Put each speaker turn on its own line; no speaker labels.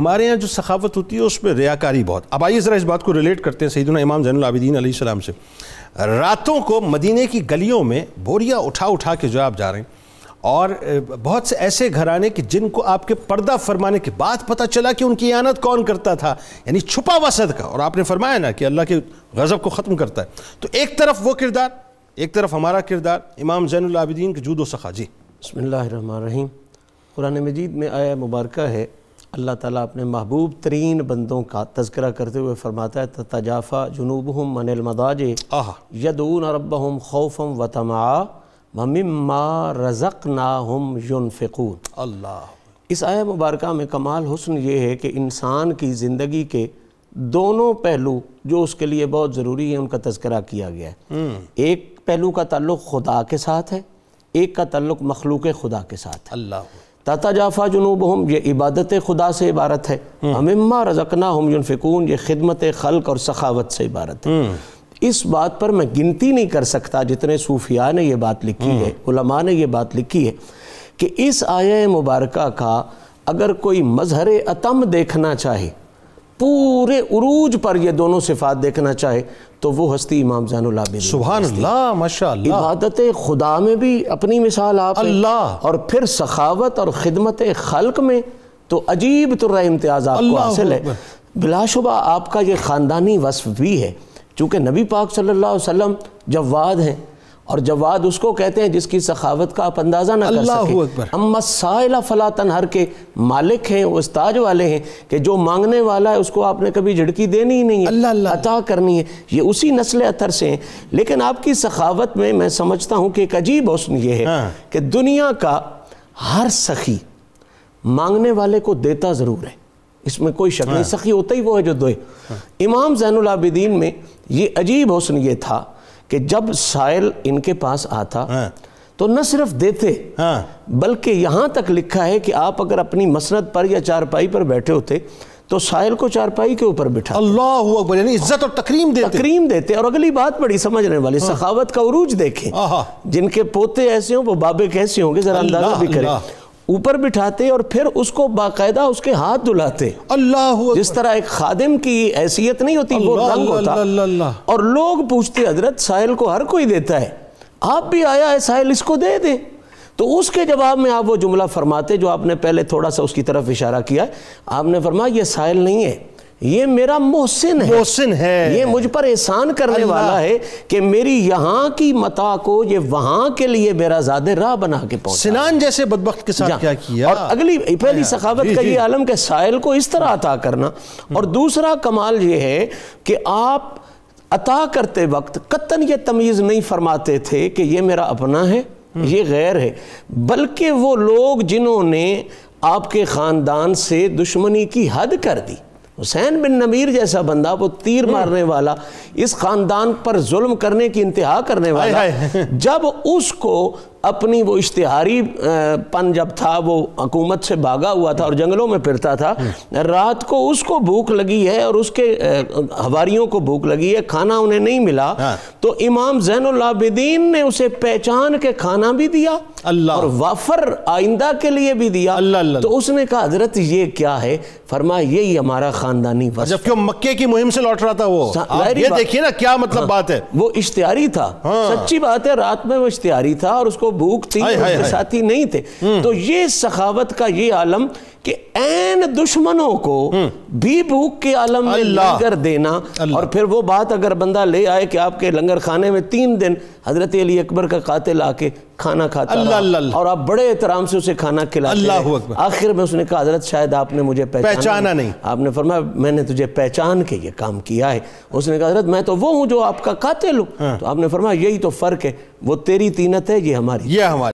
ہمارے یہاں جو سخاوت ہوتی ہے اس میں ریاکاری بہت اب آئیے ذرا اس بات کو ریلیٹ کرتے ہیں سیدنا امام زین العابدین علیہ السلام سے راتوں کو مدینے کی گلیوں میں بوریا اٹھا اٹھا کے جو آپ جا رہے ہیں اور بہت سے ایسے گھرانے کہ جن کو آپ کے پردہ فرمانے کے بعد پتہ چلا کہ ان کی اعانت کون کرتا تھا یعنی چھپا ہوا صدقہ اور آپ نے فرمایا نا کہ اللہ کے غضب کو ختم کرتا ہے تو ایک طرف وہ کردار ایک طرف ہمارا کردار امام زین العابدین کے جود و سخا جی
بسم اللہ الرحمن الرحیم قرآن مجید میں آیا مبارکہ ہے اللہ تعالیٰ اپنے محبوب ترین بندوں کا تذکرہ کرتے ہوئے فرماتا ہے تجافہ جنوبہم من المداج
آہا
یدعون ربہم خوفم و تمعا مما رزقناہم ينفقون
اللہ
اس آیہ مبارکہ میں کمال حسن یہ ہے کہ انسان کی زندگی کے دونوں پہلو جو اس کے لیے بہت ضروری ہیں ان کا تذکرہ کیا گیا ہے ایک پہلو کا تعلق خدا کے ساتھ ہے ایک کا تعلق مخلوق خدا کے ساتھ ہے
اللہ
تاتا جافا جنوبہم یہ عبادت خدا سے عبارت ہے ہمما رزقناہم ينفقون یہ خدمت خلق اور سخاوت سے عبارت ہے اس بات پر میں گنتی نہیں کر سکتا جتنے صوفیاء نے یہ بات لکھی ہے علماء نے یہ بات لکھی ہے کہ اس آیہ مبارکہ کا اگر کوئی مظہر اتم دیکھنا چاہے پورے عروج پر یہ دونوں صفات دیکھنا چاہے تو وہ ہستی امام زین العابدین
سبحان اللہ ماشاء اللہ
عبادت خدا میں بھی اپنی مثال آپ ہیں۔
اللہ
اور پھر سخاوت اور خدمت خلق میں تو عجیب تر امتیاز آپ کو
اللہ
حاصل ہے
اکبر۔
بلا شبہ آپ کا یہ خاندانی وصف بھی ہے چونکہ نبی پاک صلی اللہ علیہ وسلم جواد ہیں اور جواد اس کو کہتے ہیں جس کی سخاوت کا آپ اندازہ نہ کر
اللہ
سکیں
اکبر۔
اما سائل فلا تنہر کے مالک ہیں استاج والے ہیں کہ جو مانگنے والا ہے اس کو آپ نے کبھی جھڑکی دینی ہی نہیں ہے
اللہ اللہ۔
عطا کرنی ہے یہ اسی نسل اتھر سے ہیں لیکن آپ کی سخاوت میں میں سمجھتا ہوں کہ ایک عجیب حسن یہ ہے
ہاں۔
کہ دنیا کا ہر سخی مانگنے والے کو دیتا ضرور ہے اس میں کوئی شک نہیں
ہاں۔
سخی ہوتا ہی وہ ہے جو دوئے امام زین العابدین میں یہ عجیب حسن یہ تھا کہ جب سائل ان کے پاس آتا
ہاں
تو نہ صرف دیتے
ہاں
بلکہ یہاں تک لکھا ہے کہ آپ اگر اپنی مسند پر یا چارپائی پر بیٹھے ہوتے تو سائل کو چارپائی کے اوپر بٹھا
اللہ اکبر یعنی عزت اور تکریم دیتے
تکریم دیتے اور اگلی بات بڑی سمجھنے والی
ہاں۔
سخاوت کا عروج دیکھیں
آہا
جن کے پوتے ایسے ہوں وہ بابے کیسے ہوں گے ذرا
اللہ،
اندازہ بھی کریں
اللہ۔
اوپر بٹھاتے اور پھر اس کو باقاعدہ اس کے ہاتھ دھلاتے
اللہ
جس طرح ایک خادم کی حیثیت نہیں ہوتی وہ
اللہ،
رنگ
اللہ،
ہوتا
اللہ، اللہ۔
اور لوگ پوچھتے حضرت ساحل کو ہر کوئی دیتا ہے آپ بھی آیا ہے ساحل اس کو دے دیں تو اس کے جواب میں آپ وہ جملہ فرماتے جو آپ نے پہلے تھوڑا سا اس کی طرف اشارہ کیا ہے آپ نے فرمایا یہ ساحل نہیں ہے یہ میرا محسن ہے
محسن ہے
یہ مجھ پر احسان کرنے والا ہے کہ میری یہاں کی متا کو یہ وہاں کے لیے میرا زیادہ راہ بنا کے پہنچا
سنان جیسے بدبخت کے ساتھ کیا کیا ہاں، جی،
اور اگلی پہلی سخاوت کا یہ عالم کہ سائل کو اس طرح عطا کرنا اور دوسرا کمال یہ ہے کہ آپ عطا کرتے وقت قطن یہ تمیز نہیں فرماتے تھے کہ یہ میرا اپنا ہے یہ غیر ہے بلکہ وہ لوگ جنہوں نے آپ کے خاندان سے دشمنی کی حد کر دی حسین بن نمیر جیسا بندہ وہ تیر مارنے والا اس خاندان پر ظلم کرنے کی انتہا کرنے والا
ہائے ہائے۔
جب اس کو اپنی وہ اشتہاری اہ، پن جب تھا وہ حکومت سے بھاگا ہوا تھا اور جنگلوں میں پھرتا تھا رات کو اس کو بھوک لگی ہے اور اس کے اہ، ہواریوں کو بھوک لگی ہے کھانا انہیں نہیں ملا
ہاں۔
تو امام زین العابدین نے اسے پہچان کے کھانا بھی دیا اور
اللہ
وافر آئندہ کے لیے بھی دیا
اللہ اللہ
تو اس نے کہا حضرت یہ کیا ہے فرمایا یہی ہمارا خاندانی وصف
جبکہ وہ مکے کی مہم سے لوٹ رہا تھا وہ یہ دیکھیے نا کیا
ہاں۔
مطلب بات ہے
وہ اشتہاری تھا سچی بات ہے رات میں وہ اشتہاری تھا اور اس کو بھوک تھی اس کے ساتھی نہیں تھے تو یہ سخاوت کا یہ عالم کہ این دشمنوں کو بھی بھوک کے عالم میں لنگر دینا اور پھر وہ بات اگر بندہ لے آئے کہ آپ کے لنگر خانے میں تین دن حضرت علی اکبر کا قاتل آ کے کھانا کھاتا اور آپ بڑے احترام سے اسے کھانا کھلاتے آخر میں اس نے کہا حضرت شاید آپ نے مجھے پہچانا نہیں آپ نے فرمایا میں نے تجھے پہچان کے یہ کام کیا ہے اس نے کہا حضرت میں تو وہ ہوں جو آپ کا قاتل ہوں تو آپ نے فرمایا یہی تو فرق ہے وہ تیری تینت ہے یہ ہماری
یہ ہمارے